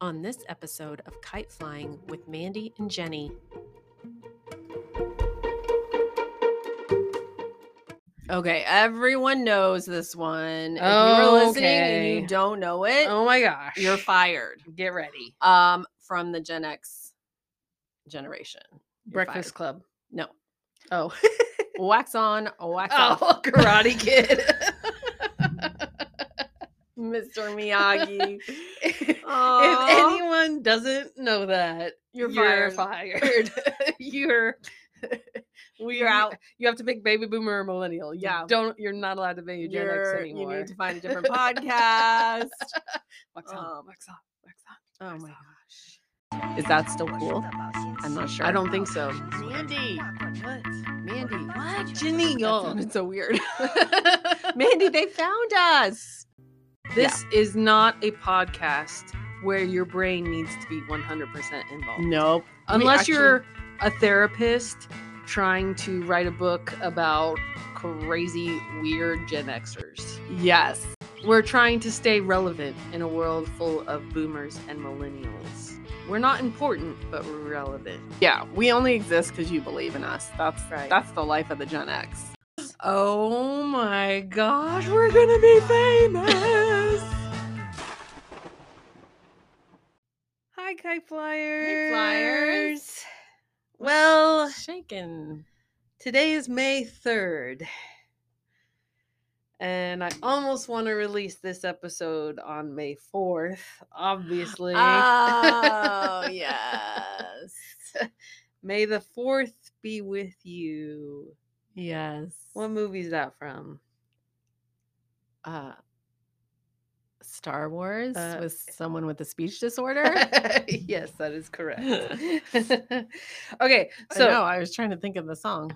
on this episode of Kite Flying with Mandy and Jenny. Okay, everyone knows this one. If you were listening and Okay. you don't know it, Oh my gosh. you're fired. Get ready. Um, from the Gen X generation. You're Breakfast fired. Club. No. Oh. Wax on, wax off. oh, Karate Kid. Mr. Miyagi. if Aw. anyone doesn't know that, You're you're fired. fired. you're we You're out. You have to pick baby boomer or millennial. You Yeah. Don't you're not allowed to be a Gen X You're- anymore. You need to find a different podcast. wax on, um, wax off, wax on. Oh my gosh. Is that still cool? I'm not sure. I don't think so. Mandy. What? Mandy. What? Jenny, That y'all. sounded so weird. Mandy, they found us. This is not a podcast where your brain needs to be 100% involved. Nope. Unless actually- you're a therapist trying to write a book about crazy, weird Gen Xers. Yes. We're trying to stay relevant in a world full of boomers and millennials. We're not important, but we're relevant. Yeah. We only exist because you believe in us. That's Right. that's the life of the Gen X. Oh my gosh, we're gonna be famous! Hi, Kite Flyers! Flyers. Well, Shaken. Today is May 3rd. And I almost want to release this episode on May 4th, obviously. Oh yes. May the 4th be with you. Yes. What movie is that from? uh Star Wars Uh, with someone with a speech disorder. yes, that is correct. okay, so no, so I was trying to think of the song.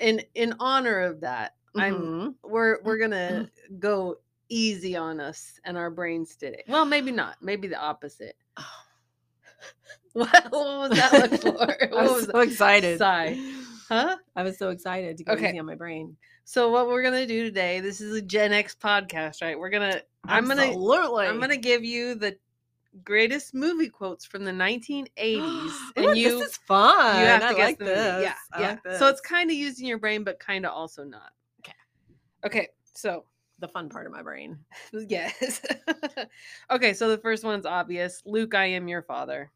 in in honor of that, I'm Mhm. we're we're gonna Mm-hmm. go easy on us and our brains today. Well, maybe not. Maybe the opposite. Oh. What, what was that look for? What I was was so that? excited. sigh. Huh? I was so excited to go Okay. easy on my brain. So what we're gonna do today? This is a Gen X podcast, right? We're gonna. I'm gonna. absolutely. I'm gonna give you the greatest movie quotes from the 1980s, and Ooh, you this is fun. you have to I guess like the movie. this. Yeah, I yeah. like this. So it's kind of using your brain, but kind of also not. 'Kay. Okay. So the fun part of my brain. Yes. okay, so the first one's obvious. Luke, I am your father.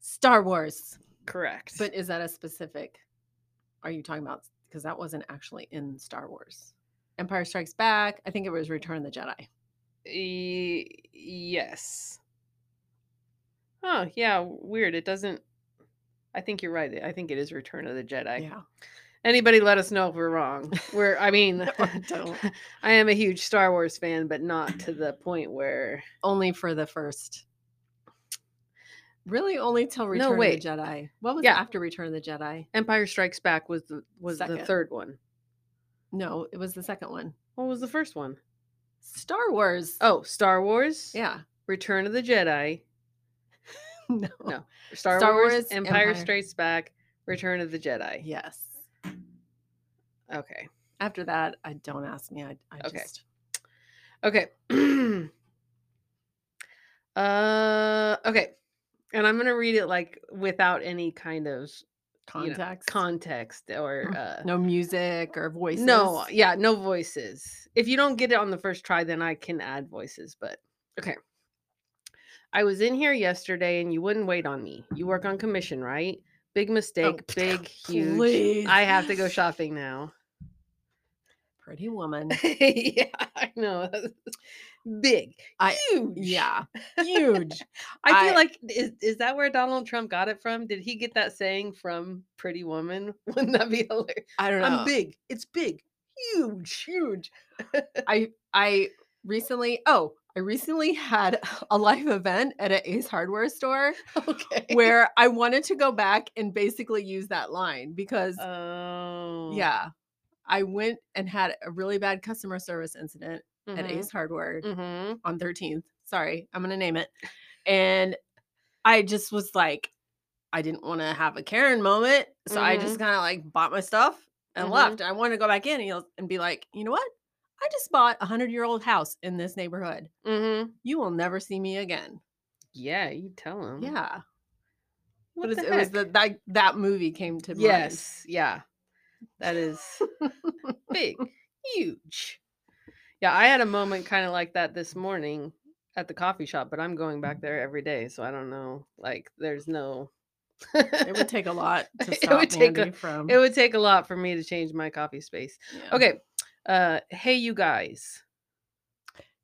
Star Wars. Correct. But is that a specific? Are you talking about? Because that wasn't actually in Star Wars. Empire Strikes Back. I think it was Return of the Jedi. E- yes. Oh, yeah, weird. It doesn't I think you're right. I think it is Return of the Jedi. yeah. Anybody let us know if we're wrong. We're I mean, Or don't. I am a huge Star Wars fan, but not to the point where Only for the first. Really, only till Return wait. of the Jedi. What was Yeah. after Return of the Jedi? Empire Strikes Back was the was the Second. third one. No, it was the second one. What was the first one? Star Wars. Oh, Star Wars, yeah. Return of the Jedi, No. No. Star, Star Wars, Wars, Empire, Empire. Strikes Back, Return of the Jedi. Yes. Okay. After that, I don't ask me. I, I Okay. just Okay. uh okay. And I'm going to read it like without any kind of you know, context. context or uh no music or voices. no, yeah, no voices. If you don't get it on the first try then I can add voices, but okay. I was in here yesterday and you wouldn't wait on me. You work on commission, right? Big Oh, mistake, big huge. please. I have to go shopping now. Pretty woman. yeah, I know. Big. I- huge. Yeah. Huge. I feel I- like is is that where Donald Trump got it from? Did he get that saying from Pretty Woman? Wouldn't that be hilarious? I don't know. I'm big. It's big. Huge. Huge. I I recently oh, I recently had a live event at an Ace Hardware store Okay. where I wanted to go back and basically use that line because Oh. yeah. I went and had a really bad customer service incident at Ace Hardware Mm-hmm. on 13th. Sorry, I'm going to name it. And I just was like, I didn't want to have a Karen moment. So I Mm-hmm. just kind of like bought my stuff and Mhm. left. And I wanted to go back in and, yell- and be like, you know what? I just bought a 100 year old house in this neighborhood. Mm-hmm. You will never see me again. Yeah, you tell him. Yeah. Mm-hmm. What but it's, the it was heck? the, that that movie came to mind. Yes, yeah. That is big, huge. Yeah, I had a moment kind of like that this morning at the coffee shop, but I'm going back there every day, so I don't know. Like there's no It would take a lot to It stop would take a- Mandy from. It would take a lot for me to change my coffee space. Yeah. Okay. Uh hey you guys.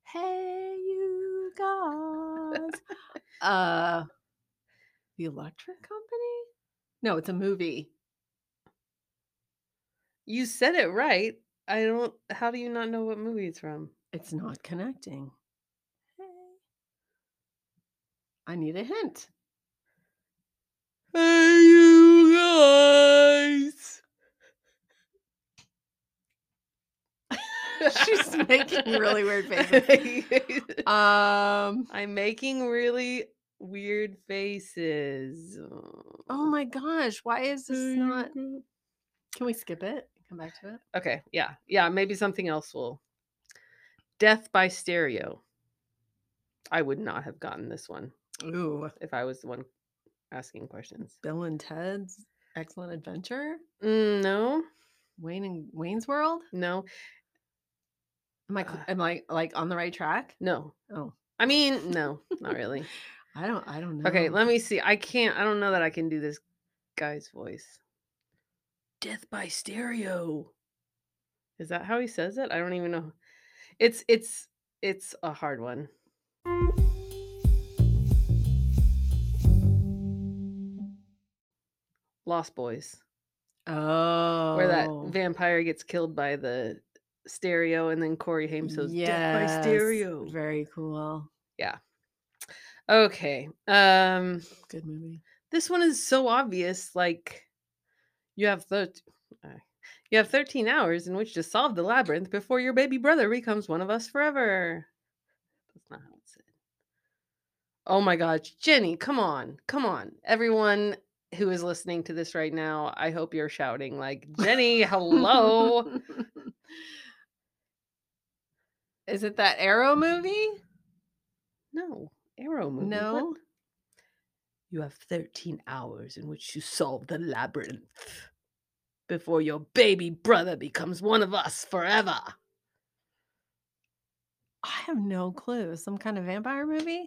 Hey, you guys. uh, the Electric Company? No, it's a movie. You said it right. I don't how do you not know what movie it's from? It's not connecting. Hey. I need a hint. Hey you guys. She's making really weird faces. Um. I'm making really weird faces. Oh my gosh, why is this not? Can we skip it? Come back to it. Okay, yeah. Yeah, maybe something else will. Death by stereo. I would not have gotten this one Ooh, if I was the one asking questions. Bill and Ted's Excellent Adventure, Mm, no, Wayne and Wayne's World. no, Am I cl- Uh. am I like on the right track? no. Oh, I mean, no, not really. I don't I don't know. Okay, let me see. I can't, I don't know that I can do this guy's voice. Death by stereo. Is that how he says it? I don't even know. It's it's it's a hard one. Lost Boys, Oh, where that vampire gets killed by the stereo, and then Corey Haim says, "Death by Yes, stereo." Very cool. Okay. Um. Good movie. this one is so obvious like you have thir- uh, you have 13 hours in which to solve the labyrinth before your baby brother becomes one of us forever that's not how it's said oh my gosh jenny come on come on everyone who is listening to this right now i hope you're shouting like jenny hello Is it that Arrow movie? no arrow movie what? No. you have 13 hours in which to solve the labyrinth before your baby brother becomes one of us forever I have no clue. Some kind of vampire movie?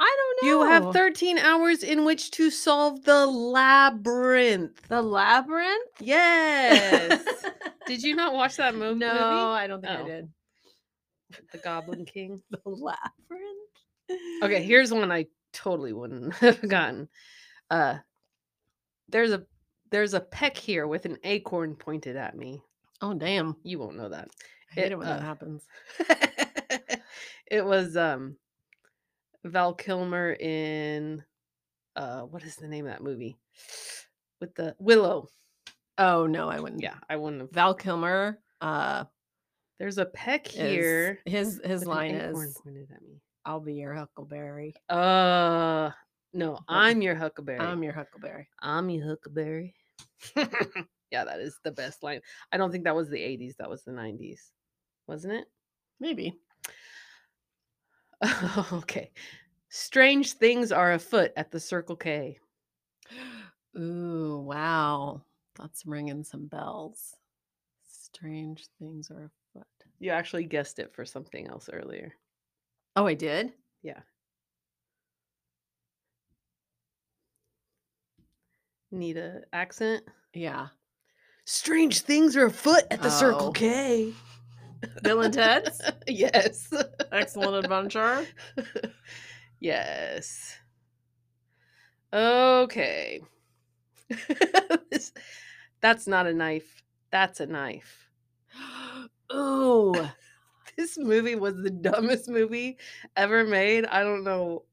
I don't know. You have 13 hours in which to solve the labyrinth. The Labyrinth? Yes. did you not watch that mo- no, movie? I don't think Oh. I did. The Goblin King. The Labyrinth? Okay, here's one I totally wouldn't have gotten. Uh there's a there's a peck here with an acorn pointed at me. Oh, damn. You won't know that. I hate It, it when uh, that happens. it was um Val Kilmer in uh what is the name of that movie? With the Willow. Oh, no, I wouldn't. Yeah, I wouldn't have Val Kilmer. Uh, There's a peck is- here. his his with an line acorn is, pointed at me. "I'll be your Huckleberry. Uh no, I'm your huckleberry. I'm your Huckleberry." I'm your huckleberry. yeah, that is the best line. I don't think that was the 80s. That was the 90s, wasn't it? Maybe. okay. Strange things are afoot at the Circle K. Ooh, wow. That's ringing some bells. Strange things are afoot. You actually guessed it for something else earlier. Oh, I did? Need a accent? Yeah. Strange things are afoot at the Circle Oh. K. Bill and Ted's yes. Excellent Adventure. yes. Okay. This- That's not a knife. That's a knife. Ooh. This movie was the dumbest movie ever made. I don't know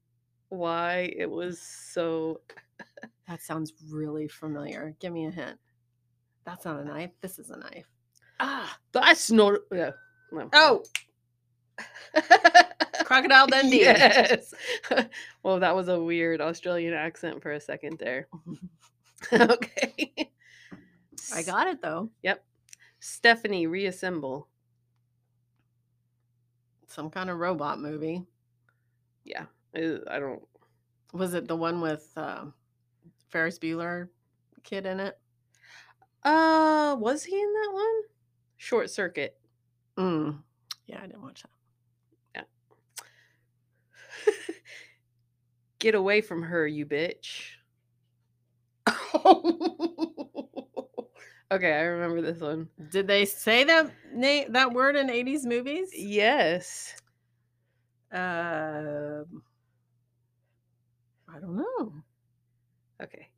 why it was so. That sounds really familiar. Give me a hint. That's not a knife. This is a knife. Ah. That's not. Yeah, no. Oh, Crocodile Dundee. yes. well, that was a weird Australian accent for a second there. okay. I got it though. Stephanie reassemble. Some kind of robot movie. Uh, I don't. Was it the one with um Ferris Bueller kid in it? Uh, was he in that one? Short Circuit. Mm. Yeah, I didn't watch that. Get away from her, you bitch. okay, I remember this one. Did they say that name that word in 80s movies? Yes. Um, I don't know. Okay.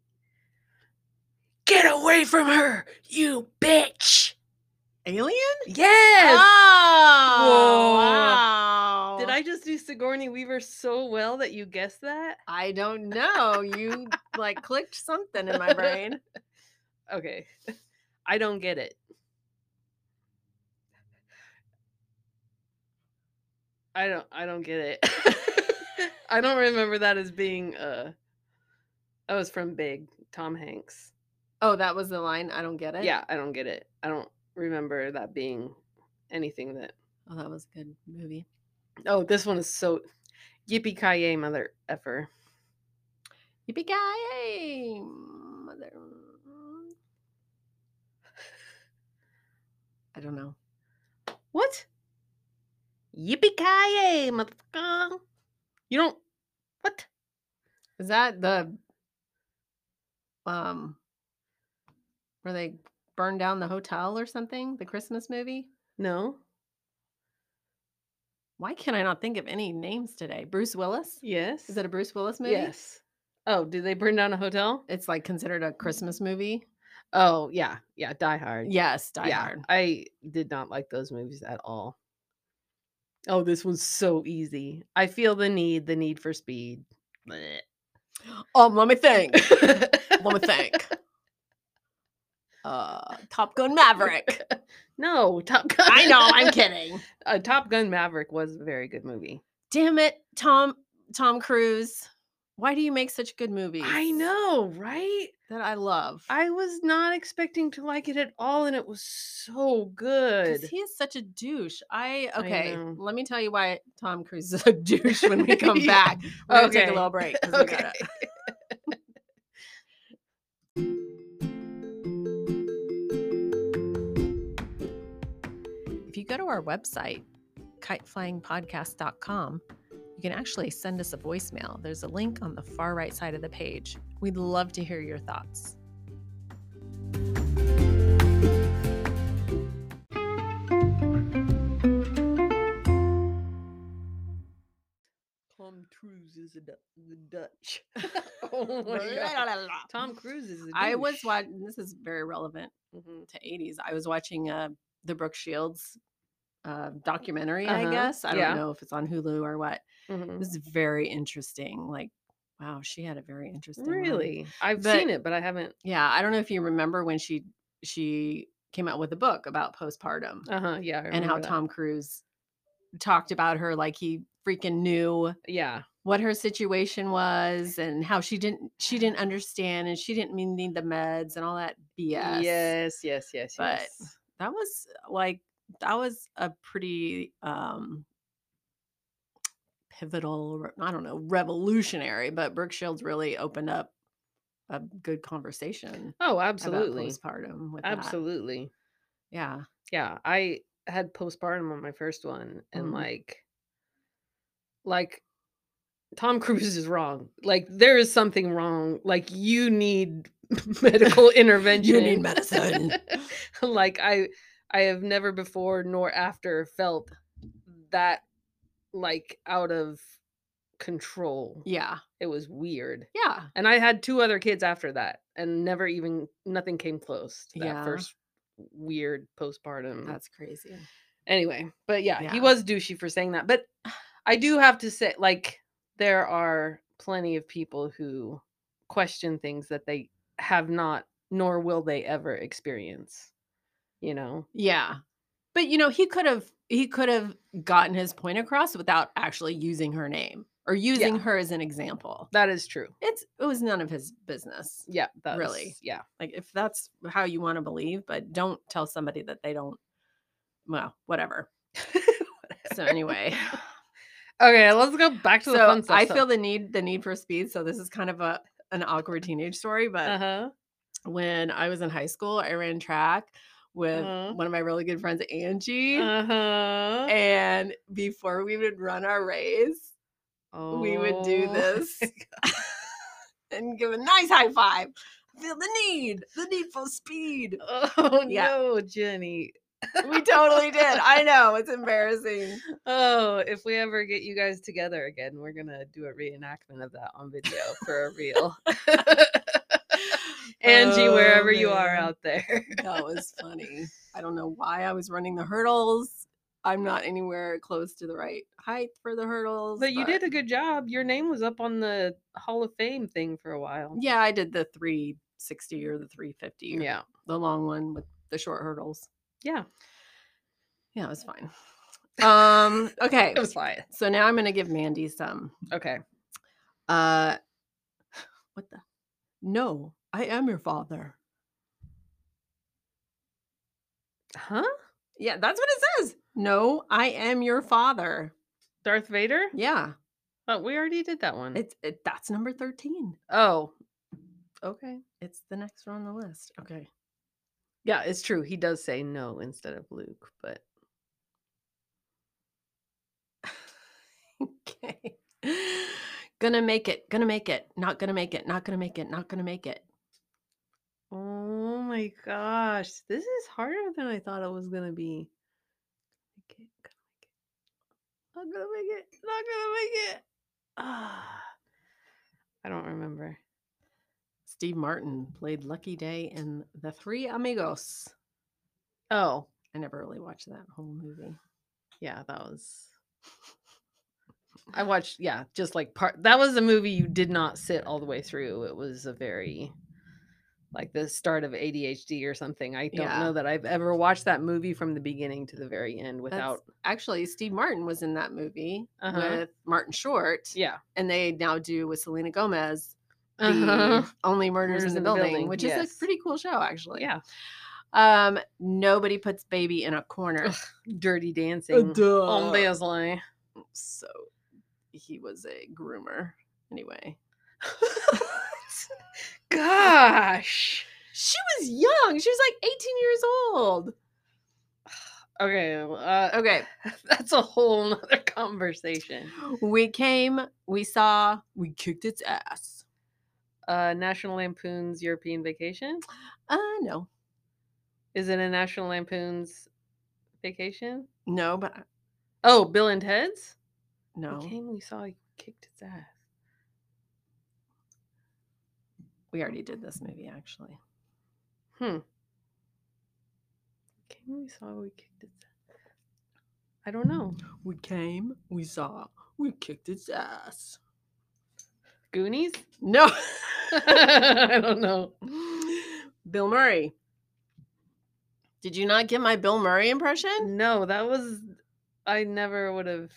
Get away from her, you bitch. Alien? Yes. Oh, Whoa. wow. Did I just do Sigourney Weaver so well that you guessed that? I don't know. You like clicked something in my brain. Okay. I don't get it. I don't I don't get it. I don't remember that as being uh that was from Big Tom Hanks. Oh, that was the line. I don't get it. Yeah, I don't get it. I don't remember that being anything that Oh, that was a good movie. Oh, this one is so yippee ki yay mother effer. Yippee ki mother. I don't know. What? Yippee ki yay motherfucker. You don't what? Is that the um where they burned down the hotel or something? The Christmas movie? No. Why can I not think of any names today? Bruce Willis? Yes. Is it a Bruce Willis movie? Yes. Oh, did they burn down a hotel? It's like considered Mm-hmm. a Christmas movie. Oh, yeah. Yeah. Die Hard. Yes, Die yeah. Hard. I did not like those movies at all. Oh, this one's so easy. I feel the need, the need for speed. Blech. Um, let me think. let me think. Uh, Top Gun Maverick. no, Top Gun. I know, I'm kidding. Uh, Top Gun Maverick was a very good movie. Damn it, Tom Tom Cruise. Why do you make such good movies? I know, right? that I love. I was not expecting to like it at all, and it was so 'Cause good. He is such a douche. I I okay. know. let me tell you why Tom Cruise is a douche when we come Yeah. back. We're gonna take Okay. a little break. 'cause we okay. gotta- If you go to our website, kiteflyingpodcast.com, you can actually send us a voicemail. There's a link on the far right side of the page. We'd love to hear your thoughts. Tom Cruise is a du- Dutch. oh La, my god. la, la, la. Tom Cruise is. A I was douche. watching, this is very relevant Mhm. to 80s. I was watching uh, the Brooke Shields uh, documentary, Uh-huh. I guess. I Yeah. don't know if it's on Hulu or what. It Mhm. was very interesting. Like, wow, she had a very interesting life. Really, I've But- seen it, but I haven't. Yeah, I don't know if you remember when she she came out with a book about postpartum Uh huh. Yeah. I and how remember that. Tom Cruise talked about her like he freaking knew Yeah. what her situation was and how she didn't she didn't understand and she didn't mean need the meds and all that BS. Yes. Yes. Yes. But- yes. That was uh, like that was a pretty um pivotal re- I don't know, revolutionary, but Brooke Shields really opened up a good conversation Oh, about absolutely. postpartum with that. Absolutely. Yeah. yeah i had postpartum on my first one and Mm. like like tom cruise is wrong like there is something wrong like you need medical intervention medicine. like i i have never before nor after felt that like out of control Yeah. it was weird Yeah. and i had two other kids after that and never even nothing came close to that Yeah. first weird postpartum That's crazy. anyway but yeah, he Yeah. was douchey for saying that but i do have to say like there are plenty of people who question things that they have not nor will they ever experience you know Yeah. But you know, he could have he could have gotten his point across without actually using her name or using Yeah. her as an example. that is true It's it was none of his business. yeah that's Really? yeah Like if that's how you want to believe, but don't tell somebody that they don't well, whatever. So anyway, Okay, let's go back to the so fun stuff. I feel the need the need for speed. So this is kind of a an awkward teenage story, but Uh huh. when I was in high school, I ran track with Uh-huh. one of my really good friends, Angie. Uh huh. And before we would run our race, we would do Oh. this and give a nice high five. Feel the need, the need for speed. Oh Yeah. no, Jenny. We totally did. I know it's embarrassing. Oh, if we ever get you guys together again, we're gonna do a reenactment of that on video for a reel. Angie, Oh, wherever you are man. out there. That was funny. I don't know why I was running the hurdles. I'm not anywhere close to the right height for the hurdles. But you did a good job. Your name was up on the Hall of Fame thing for a while. Yeah, I did the 360 or the 350. or Yeah. The long one with the short hurdles. Yeah. Yeah, it was fine. Um, okay. It was fine. So now I'm gonna give Mandy some. Okay. Uh what the No, I am your father. Huh? Yeah, that's what it says. No, I am your father. Darth Vader? Yeah. But we already did that one. It's it, that's number 13. oh. Okay. It's the next one on the list. Okay. Yeah, it's true. He does say no instead of Luke, but Okay. Gonna make it, gonna make it, not gonna make it, not gonna make it, not gonna make it. Oh my gosh. This is harder than I thought it was gonna be. Make it, gonna make it. Not gonna make it. Not gonna make it. Ah. I don't remember. Steve Martin played Lucky Day in The Three Amigos. Oh, I never really watched that whole movie. yeah, that was I watched, yeah, just like part that was a movie you did not sit all the way through. It was a very like the start of ADHD or something. I don't Yeah. know that I've ever watched that movie from the beginning to the very end without Actually, Steve Martin was in that movie Uh-huh. with Martin Short, yeah. and they now do with Selena Gomez the Only Uh-huh. Murders, in the, building, which is yes. a pretty cool show, actually. Yeah. Um, nobody puts baby in a corner. Ugh, Dirty Dancing. On duh. Baseline. so he was a groomer anyway. Gosh. She was young. She was like 18 years old. Okay, uh, Okay. that's a whole nother conversation. We came, we saw, we kicked its ass. Uh, National Lampoon's European Vacation. Uh no. Is it a National Lampoon's Vacation? No, but I- Oh, Bill and Ted's. no. We came, we saw, he kicked its ass. We already did this movie actually. Hmm. Came, we saw, we kicked its ass. I don't know. We came, we saw, we kicked its ass. Goonies. No. I don't know. Bill Murray. Did you not get my Bill Murray impression? No, that was I never would have.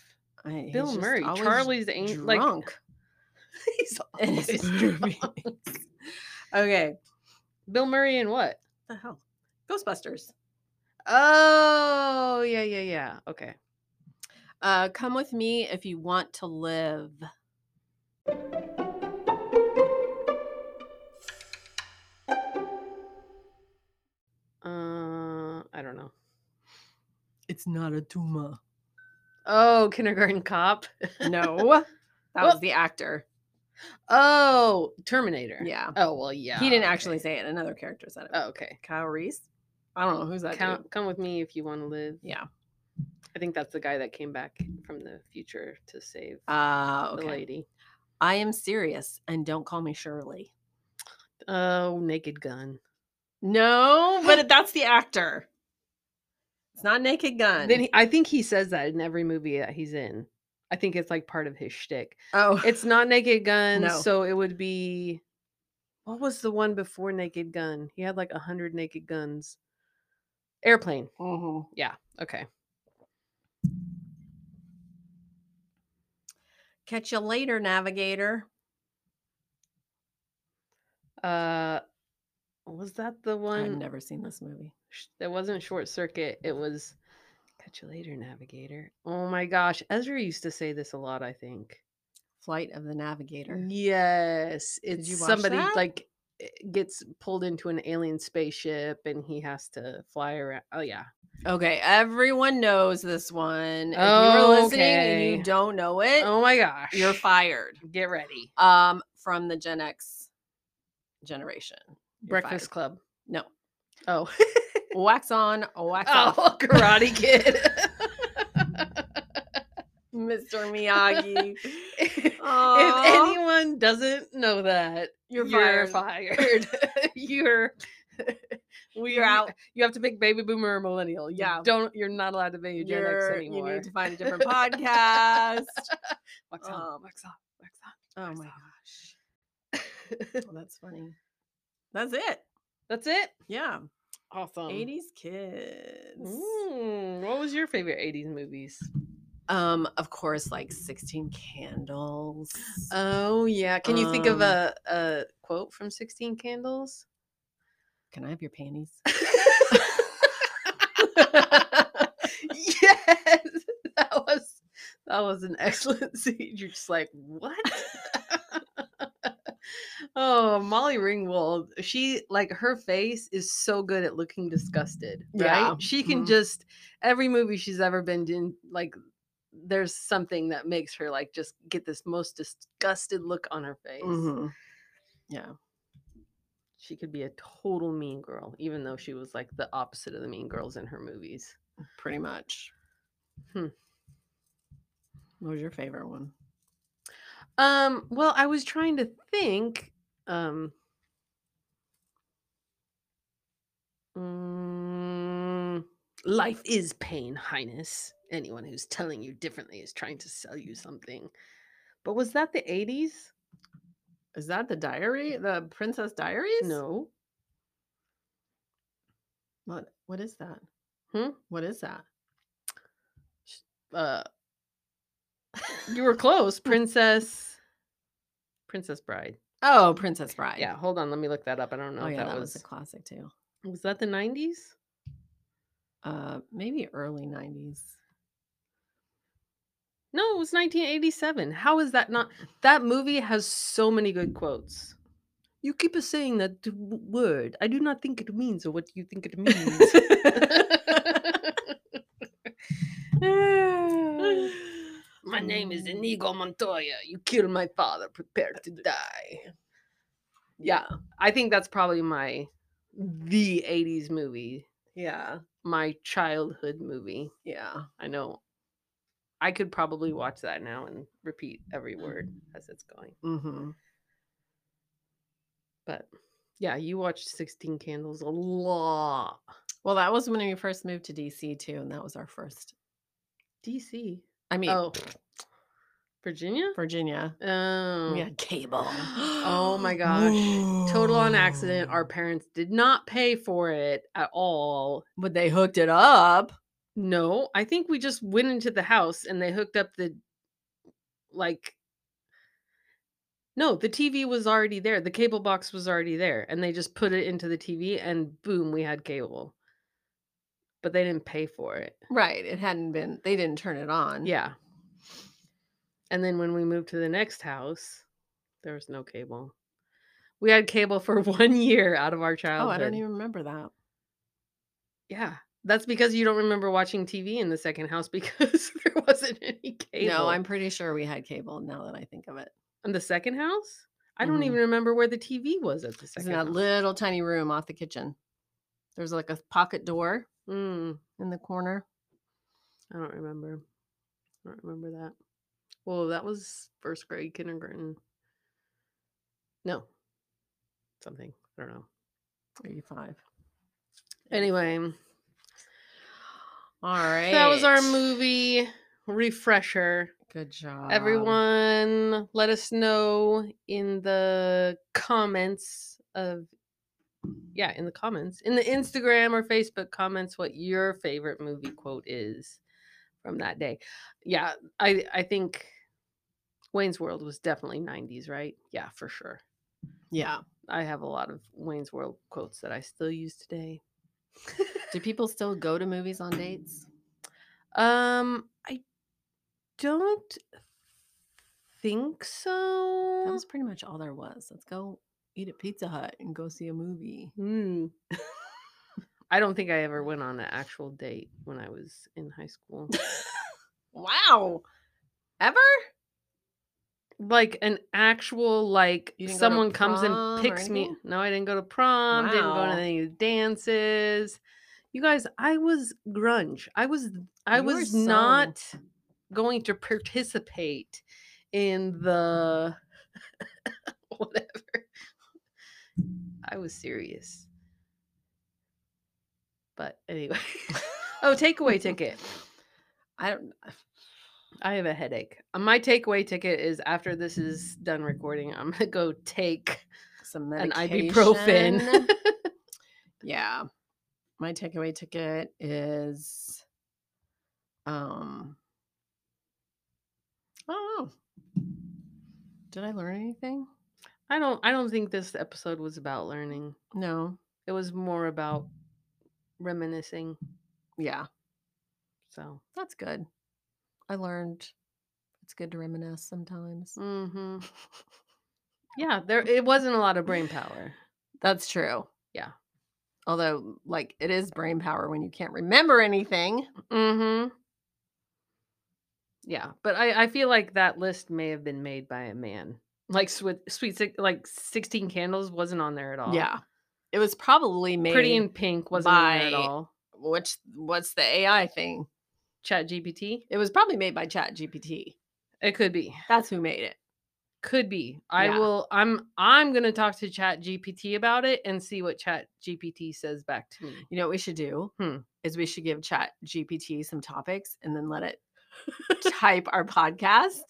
I- he's Bill just Murray, always Charlie's Angel, like drunk he's in always his drunk. movies. okay. Bill Murray and what? The hell? Ghostbusters. Oh yeah yeah yeah okay. Uh, come with me if you want to live. Uh, I don't know. It's not a tumor. Oh, Kindergarten Cop. No, that Well- was the actor. Oh, Terminator. Yeah. Oh well yeah. he didn't okay. actually say it. Another character said it. Oh, okay. Kyle Reese. I don't know who's that. Count, dude. come with me if you want to live. Yeah. I think that's the guy that came back from the future to save Uh, the okay. lady. I am serious, and don't call me Shirley. Oh, Naked Gun. No, but that's the actor. It's not Naked Gun. Then he, I think he says that in every movie that he's in. I think it's like part of his shtick. oh, It's not Naked Gun, No. so it would be. What was the one before Naked Gun? He had like a hundred Naked Guns. Airplane. Mhm. Yeah. Okay. catch you later, Navigator. Uh, was that the one? I've never seen this movie. That wasn't Short Circuit. It was Catch you later, navigator. Oh my gosh. Ezra used to say this a lot, I think. Flight of the Navigator. Yes. Did It's you watch somebody that? like eh, gets pulled into an alien spaceship and he has to fly around. Oh yeah. Okay, everyone knows this one. If you Oh, were listening and okay. you don't know it, Oh my gosh. you're fired. Get ready. Um, from the Gen X generation. You're Breakfast fired. Club. No. Oh. Wax on, wax off. oh, Karate Kid. Mr. Miyagi. if Aw, anyone doesn't know that, you're, you're fired. fired. you're we You're out. You have to pick baby boomer or millennial. You Yeah. Don't you're not allowed to be a Gen X You're- anymore. You need to find a different podcast. Wax on, um, wax off, wax oh Wax my off. gosh. on. Well, that's funny. That's it. That's it. Yeah. Awesome. 80s kids. Um, Mm, what was your favorite 80s movies? Um, of course, like 16 candles. Oh yeah. Can you think of Um, a, a quote from Sixteen Candles? Can I have your panties? yes. That was that was an excellent scene. You're just like, what? oh, Molly Ringwald, she like her face is so good at looking disgusted. Right? Yeah. She can Mhm. just every movie she's ever been in, like there's something that makes her like just get this most disgusted look on her face. Mhm. Yeah. She could be a total mean girl, even though she was like the opposite of the mean girls in her movies. Pretty much. Hmm. What was your favorite one? Um, well, I was trying to think. Um, mm, life is pain, Highness. Anyone who's telling you differently is trying to sell you something. But was that the 80s? Is that the diary? The Princess Diaries? No. What what is that? Hmm? What is that? Uh, you were close, Princess. Princess Bride. Oh, Princess Bride. Yeah, hold on. Let me look that up. I don't know Oh if yeah, that, was. a classic too. was that the 90s? Uh maybe early 90s. No, it was 1987. How is that not? That movie has so many good quotes. You keep us saying that w- word. I do not think it means what you think it means. my name is Inigo Montoya. You killed my father. Prepare to die. Yeah, I think that's probably my the 80s movie, Yeah. my childhood movie. Yeah. I know. I could probably watch that now and repeat every word as it's going. Mm-hmm. But yeah, you watched 16 Candles a lot. Well, that was when we first moved to DC too, and that was our first. DC. I mean, Oh. Virginia? Virginia. Oh. We had cable. Oh my gosh. Oh. Total on accident. Our parents did not pay for it at all. but they hooked it up. No, I think we just went into the house and they hooked up the like No, the TV was already there. The cable box was already there and they just put it into the TV and boom, we had cable. But they didn't pay for it. Right. It hadn't been. They didn't turn it on. Yeah. And then when we moved to the next house, there was no cable. We had cable for 1 year out of our Oh, childhood. I don't even remember that. Yeah. That's because you don't remember watching TV in the second house because there wasn't any cable. No, I'm pretty sure we had cable. Now that I think of it, in the second house. I don't Mhm. even remember where the TV was at the it's second. in that house. little tiny room off the kitchen. There's like a pocket door Mm, in the corner. I don't remember. I don't remember that. Well, that was first grade kindergarten. No, something I don't know. Are you five? Anyway, All right. that was our movie refresher. Good job, Everyone, let us know in the comments of yeah, in the comments, in the Instagram or Facebook comments what your favorite movie quote is from that day. Yeah, I I think Wayne's World was definitely 90s, right? Yeah, for sure. Yeah. I have a lot of Wayne's World quotes that I still use today. Do people still go to movies on dates? Um, I don't think so. That was pretty much all there was. Let's go eat at Pizza Hut and go see a movie. Hmm. I don't think I ever went on an actual date when I was in high school. Wow. Ever? like an actual like You didn't go to someone comes prom and or picks me. anything? No, I didn't go to prom. Didn't go Wow. to any of the dances. You guys, I was grunge. I was I You were was so- not going to participate in the whatever. I was serious. But anyway. oh, takeaway ticket. I don't uh, I have a headache. Uh, My takeaway ticket is after this is done recording, I'm gonna go take some an medication. ibuprofen. yeah. My takeaway ticket is um Oh. Did I learn anything? I don't. I don't think this episode was about learning. No. It was more about reminiscing. Yeah, So, that's good. I learned it's good to reminisce sometimes. hmm yeah, there. It wasn't a lot of brain power. That's true. Yeah. Although, like, it is brain power when you can't remember anything. hmm Yeah, but I, I feel like that list may have been made by a man. Like sweet, sweet, Six- like sixteen candles wasn't on there at all. Yeah. It was probably made. Pretty in Pink wasn't on there at by- all. which what's the AI thing? Chat GPT. It was probably made by Chat GPT. It could be. That's who made it. Could be. I Yeah. will I'm I'm gonna talk to Chat GPT about it and see what Chat GPT says back to me. You know what we should do? Hmm. Is we should give Chat GPT some topics and then let it type our podcast,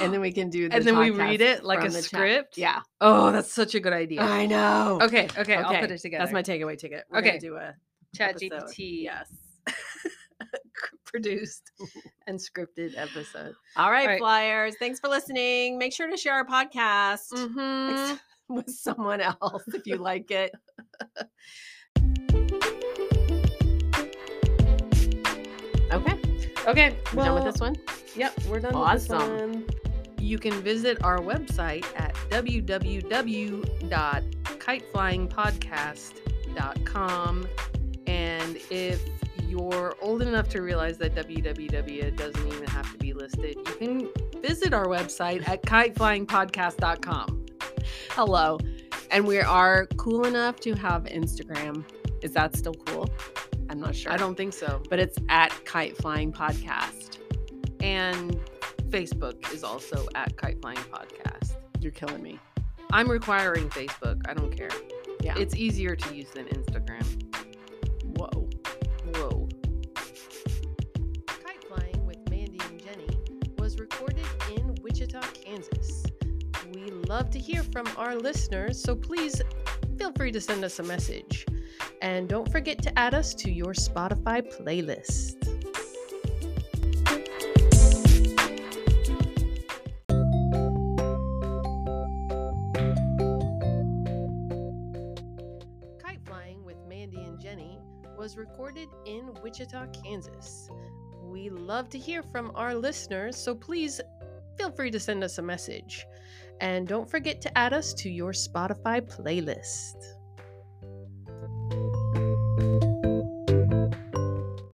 and then we can do the and then we podcast read it like from a the chat. script. Yeah, Oh, that's such a good idea. I know. Okay, okay, I'll put it together. That's my takeaway ticket. We're gonna Okay. do a Chat episode. GPT Yes. produced and scripted episode. All right, right. flyers. Thanks for listening. Make sure to share our podcast Mhm. with someone else if you like it. okay, Okay, we're done with this one. Yep, we're done with this Awesome. one. You can visit our website at www.kiteflyingpodcast.com. And if you're old enough to realize that www doesn't even have to be listed, you can visit our website at kiteflyingpodcast.com. Hello, and we are cool enough to have Instagram. Is that still cool? I'm not sure. I don't think so. but it's at Kite Flying Podcast. And Facebook is also at kiteflyingpodcast. You're killing me. I'm requiring Facebook. I don't care. Yeah. It's easier to use than Instagram. Whoa. Whoa. Kite Flying with Mandy and Jenny was recorded in Wichita, Kansas. We love to hear from our listeners, so please feel free to send us a message. And don't forget to add us to your Spotify playlist. Kite Flying with Mandy and Jenny was recorded in Wichita, Kansas. We love to hear from our listeners, so please feel free to send us a message. And don't forget to add us to your Spotify playlist.